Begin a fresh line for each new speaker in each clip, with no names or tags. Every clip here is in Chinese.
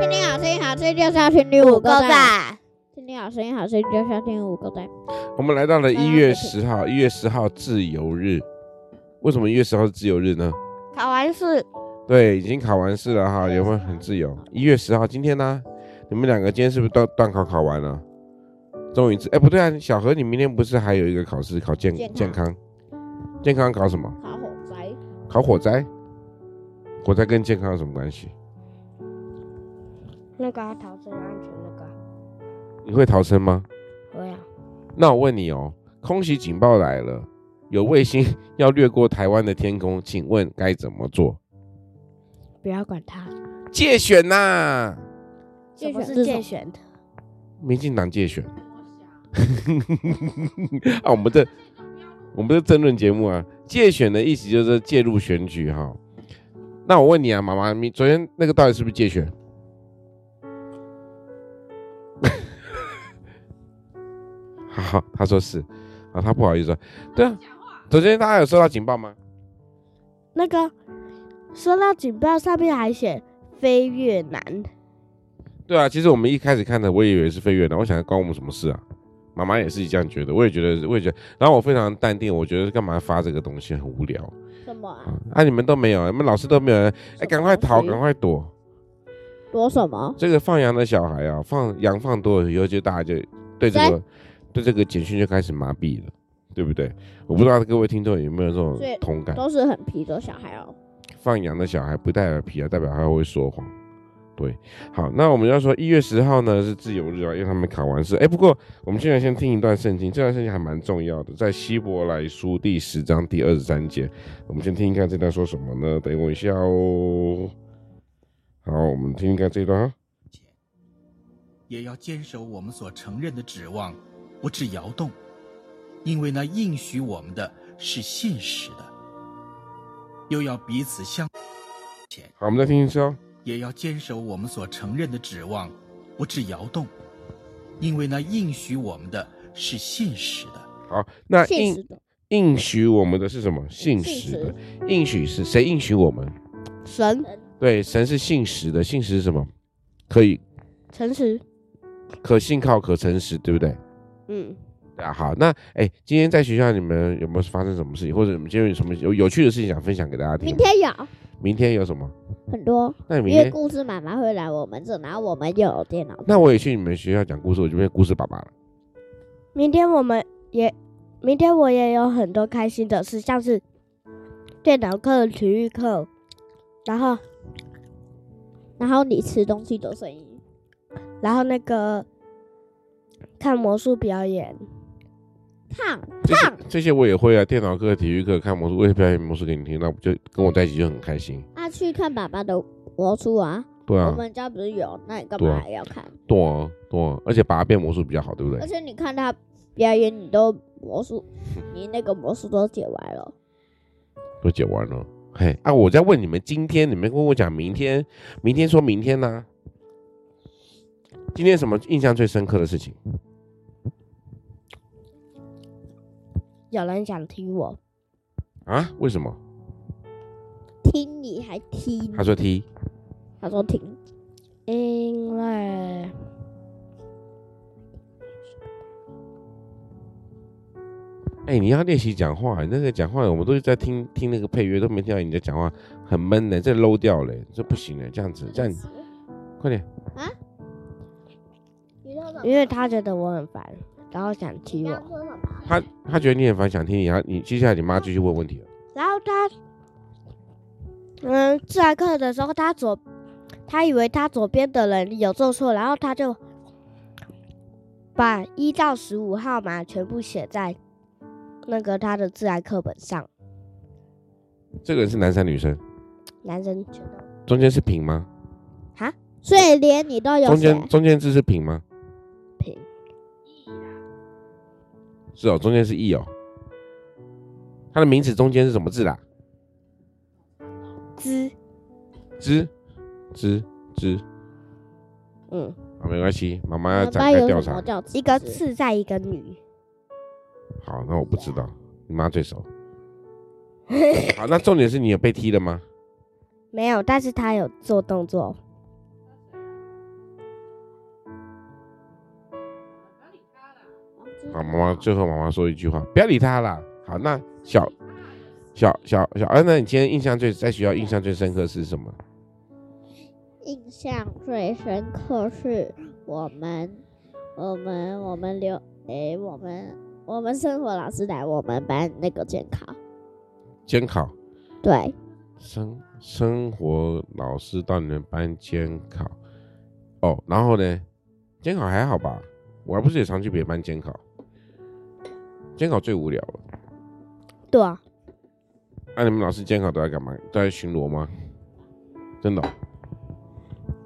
听听好声音，好声音就是要听听
五
五
个
个赞。
赞，
听听好声音，好声音就是要听五个赞。
我们来到了
大家
一月
可以
十号，一月十号自由日。为什么一月十号是自由日呢？
考完试
对，已经考完试了哈，有没有很自由？一月十号，今天呢、你们两个今天是不是段段考考完了？终于自，哎，不对啊，小何，你明天不是还有一个考试，考健
健康
健康？健康考什么？
好火灾，
考火灾？火灾跟健康有什么关系？
那个逃生安全那个，
你会逃生吗？
对呀，
那我问你哦，空袭警报来了，有卫星 要掠过台湾的天空，请问该怎么做？
不要管它。
借选呐、
什
什
么
么
是
是
健
健选的？
民进党借选。 啊，我们这我们这政论节目啊，借选的意思就是介入选举哈。那我问你啊，妈妈，你昨天那个到底是不是借选？ 好，他说是，啊，他不好意思说，对啊，昨天大家有收到警报吗？
那个收到警报上面还写飞越南，
对啊，其实我们一开始看的，我也以为是飞越南，我想关我们什么事啊？妈妈也是这样觉得，我也觉得，我也觉得，然后我非常淡定，我觉得干嘛发这个东西很无聊
什么
啊
啊？！
啊，你们都没有，你们老师都没有，哎，赶快逃，赶快躲！
躲什么？
这个放羊的小孩啊，放羊放多了以后，就大家就对这个对这个简讯就开始麻痹了，对不对？我不知道各位听众有没有这种
所以
同感？
都是很皮的小孩哦。
放羊的小孩不代表皮啊，代表他会说谎。对，好，那我们要说一月十号呢是自由日啊，因为他们考完试。哎，不过我们现在先听一段圣经，这段圣经还蛮重要的，在希伯来书第十章第二十三节。我们先听一看这段说什么呢？等我一下哦。好，我们听一看这段啊。
也要坚守我们所承认的指望，不致摇动，因为那应许我们的是信实的。又要彼此相，
好，我们再听一次哦。
也要坚守我们所承认的指望，不致摇动，因为那应许我们的是信实的。
好，那
现
应
实的
应许我们的是什么？信
信
实
实
的应许是谁应许我们？
神
对，神是信实的，信实是什么？可以
诚实，
可信靠、可诚实，对不对？
嗯，
啊，好，那哎，今天在学校你们有没有发生什么事情，或者你们今天有什么有有趣的事情想分享给大家听？
明，天有
明天有什么？
很多，
那你明
因为
天，
故事妈妈会来我们这，然后我们又有电脑。
那我也去你们学校讲故事，我就变故事爸爸了。
明天我们也，明天我也有很多开心的事，像是电脑课、体育课，然后
然后你吃东西的声音，
然后那个看魔术表演，
烫
这些
烫
这些我也会啊，电脑课、体育课、看魔术，我也表演魔术给你听，那不就跟我在一起就很开心？
啊！去看爸爸的魔术啊！
对
我
啊，
们家不是有，那你干
对
嘛
啊
还要看？
懂啊，懂啊，而且把它变魔术比较好，对不对
而？且你看他表演，你都魔术，你那个魔术都解完了。
都解完了。嘿，啊，我在问你们今天，你们跟我讲明天，明天说明天呢、今天什么印象最深刻的事情？
有人想听我，
啊？为什么？
听你还踢
他，说踢，
他说停，
因为
哎、你要练习讲话，你那个讲话我们都是在听听那个配乐，都没听到你在讲话，很闷呢、这 low 掉了、这不行了、这样子，这样快点，
因为他觉得我很烦，然后想踢
你
我
要，说什么？
他他觉得你很烦，想听你，然后你接下来你妈继续问问题了，
然后他，嗯，自然课的时候，他左，他以为他左边的人有做错，然后他就把一到十五号码全部写在那个他的自然课本上。
这个人是男生女生，
男生全都
中间是平吗？
啊，
所以连你都有
中
写
间中间字是平吗？
平。
是哦，中间是义哦。它的名字中间是什么字啦？
之，
之，之，之
嗯，
啊，没关系，妈妈
我
要
们
展
班
开
有
调
什么
查。
叫
一个
字？
次在一个女，
好，那我不知道，你妈最熟。好，那重点是你有被踢了吗？
没有，但是他有做动作，
好，啊妈妈最后妈妈说一句话，不要理他啦。好，那小小小小安，那你今天印象最在学校印象最深刻是什么？
印象最深刻是我们，我们，我们留，诶、我们，我们生活老师来我们班那个监考，
监考
对，
生生活老师到你们班监考哦，然后呢，监考还好吧？我还不是也常去别班监考，监考最无聊了。
对啊，
那、你们老师监考都在干嘛？都在巡逻吗？真的哦、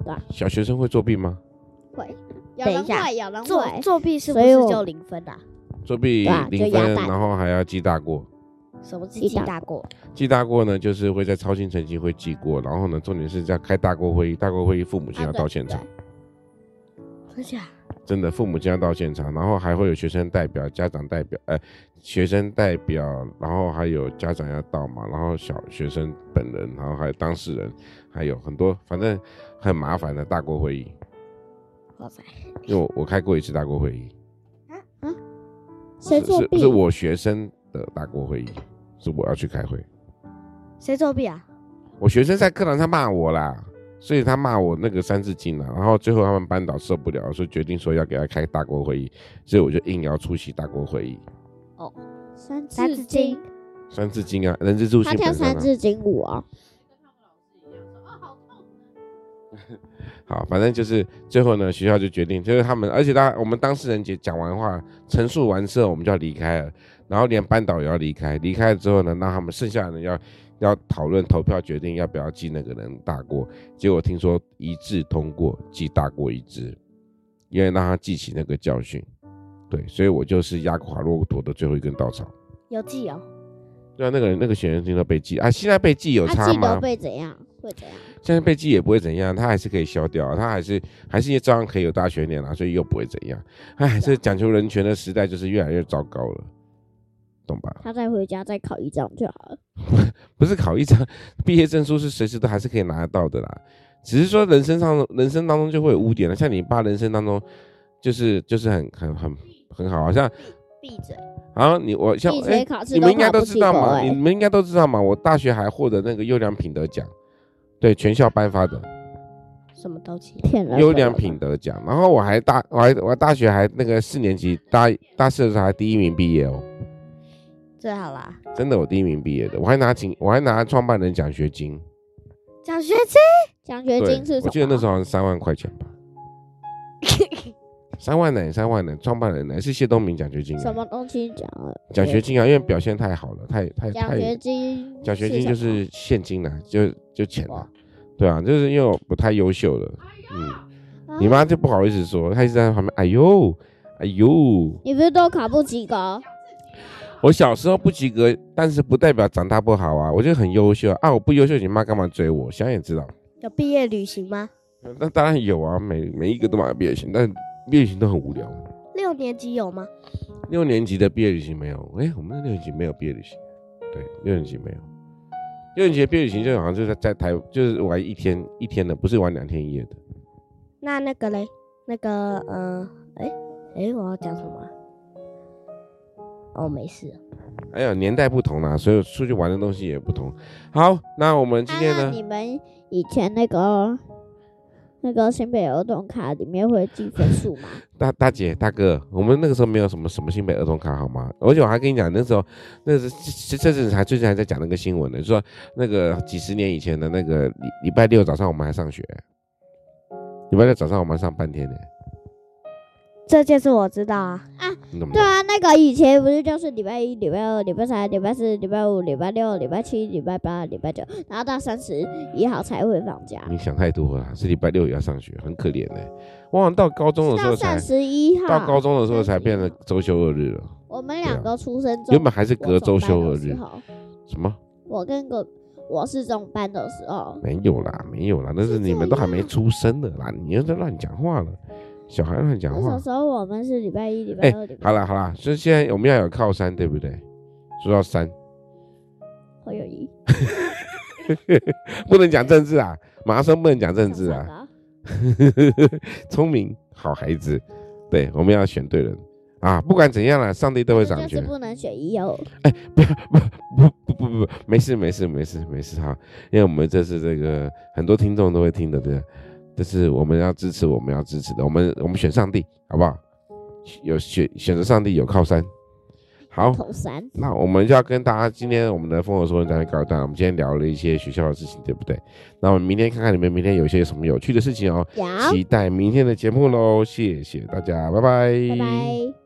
对啊
小学生会作弊吗？
有
等一
人
下
会，有人
作
会，
作弊是不
所以
是
我
就零分啊？
作弊
对啊就
零
压
分，
蛋
然后还要记大过。
什么是
记
记
大
大过？
记大过呢，就是会在超清成绩会记过，然后呢，重点是在开大过会议，大过会议父母亲
啊
要
对
到现场，
真假？
真的父母亲要到现场，然后还会有学生代表、家长代表，呃，学生代表，然后还有家长要到嘛，然后小学生本人，然后还有当事人，还有很多，反正很麻烦的大过会议。
哇塞！
因为我我开过一次大过会议，
谁
是
作弊？
是是我学生的大过会议，是我要去开会。
谁作弊啊？
我学生在课堂上骂我啦，所以他骂我那个三字经啦，然后最后他们班导受不了，所以决定说要给他开大锅会议，所以我就硬要出席大锅会议。
三字
三字经，
三字经啊，人之初
他
性
跳
本善
三
啊。
字经舞哦，
好，反正就是最后呢，学校就决定，就是他们，而且他我们当事人姐讲完话，陈述完之后，我们就要离开了，然后连班导也要离开。离开了之后呢，让他们剩下的人要要讨论投票决定要不要记那个人大过。结果听说一致通过记大过一致，因为让他记起那个教训。对，所以我就是压垮骆驼的最后一根稻草。
有记哦，
对啊，那个人那个显然听到被记啊，现在被记有
他
差
记得
吗？
被怎样？会怎样？
现在被记也不会怎样，他还是可以消掉啊，他还是还是照样可以有大学念啊，所以又不会怎样。哎，这讲求人权的时代就是越来越糟糕了，懂吧？
他再回家再考一张就好了。
不是考一张 毕业证书是随时都还是可以拿得到的啦，只是说人生上人生当中就会有污点啊了。像你爸人生当中就是就是很很很很好啊，像
闭嘴！
然后你我像
闭
哎
嘴考试
你们
都
应该
考
都
不
知
及
道
格
嘛，
哎
你，们应该都知道嘛，我大学还获得那个优良品德奖，对全校颁发的。
什么东西？
骗人！
优良品。德奖，然后我还大，我还我还大学还那个四年级大大四的时候还第一名毕业哦，
最好啦，
真的我第一名毕业的，我还拿奖，我还拿创办人奖学金，
奖学金
奖学
对
金是什么？
我记得那时候好像三万块钱 吧，三万呢，三万呢，创办人呢是谢东明奖学金啊，
什么东西奖啊？
奖学金啊，因为表现太好了，太太
奖
太
学金，
奖学金就是现金啊，就就钱啊
哇，
对啊，就是因为我不太优秀了，嗯，
啊
你妈就不好意思说，她一直在旁边，哎呦，哎呦。
你不是都考不及格？
我小时候不及格，但是不代表长大不好啊，我就很优秀啊啊！我不优秀，你妈干嘛追我？想想也知道，
有毕业旅行吗？
那当然有啊，每每一个都买毕业旅行，但毕业旅行都很无聊。
六年级有吗？
六年级的毕业旅行没有，哎、我们六年级没有毕业旅行，对，六年级没有。六年级的毕业旅行就好像就是在台，就是玩一天一天的，不是玩两天一夜的。
那那个嘞，那个呃，哎、哎、我要讲什么啊、哦，没事。
哎呀，年代不同啦、所以出去玩的东西也不同。好，那我们今
啊
天呢？
那你们以前那个那个新北儿童卡里面会记分数 吗？
大大姐大哥，我们那个时候没有什么什么新北儿童卡好吗？而且我还跟你讲，那时候那是这这阵子还最近还在讲那个新闻呢，说那个几十年以前的那个礼礼拜六早上我们还上学，礼拜六早上我们还上半天呢。
这件事我知道啊。
你怎么
对
懂？
啊，那个以前不是就是礼拜一、礼拜二、礼拜三、礼拜四、礼拜五、礼拜六、礼拜七、礼拜八、礼拜九，然后到三十一号才会放假。
你想太多了啦，是礼拜六也要上学，很可怜呢、我好像到高中的时
到
候
三，
才
十一号，
到高中的时候才变成周休二日了。
我们两个出生中，
原本还是隔周休二
我
日
中班的时，候
什么
我跟个我是中班的时候，
没有啦，没有啦，那是
是
你们
这
都还没
样啊
出生的啦，你又在乱讲话了，小孩乱讲
那
话
时。候我们是礼拜一、礼
哎
拜二、礼拜
好啦好啦，所以现在我们要有靠山，对不对？说到山，
会有一
不能讲政治啊，马上不能讲政治啊。
啊，
聪明好孩子，对，我们要选对人啊！不管怎样啦，上帝都会掌
就
权
是。不能选一哦。
不不不不，没事没事没事没事哈，因为我们这是这个很多听众都会听的，对，这是我们要支持我们要支持的，我们我们选上帝好不好？有选选择上帝有靠山，好。
口三，
那我们就要跟大家，今天我们的《风火说文》章告一段落。我们今天聊了一些学校的事情，对不对？那我们明天看看你们明天有一些什么有趣的事情哦。
有，
期待明天的节目喽，谢谢大家，拜拜，
拜拜。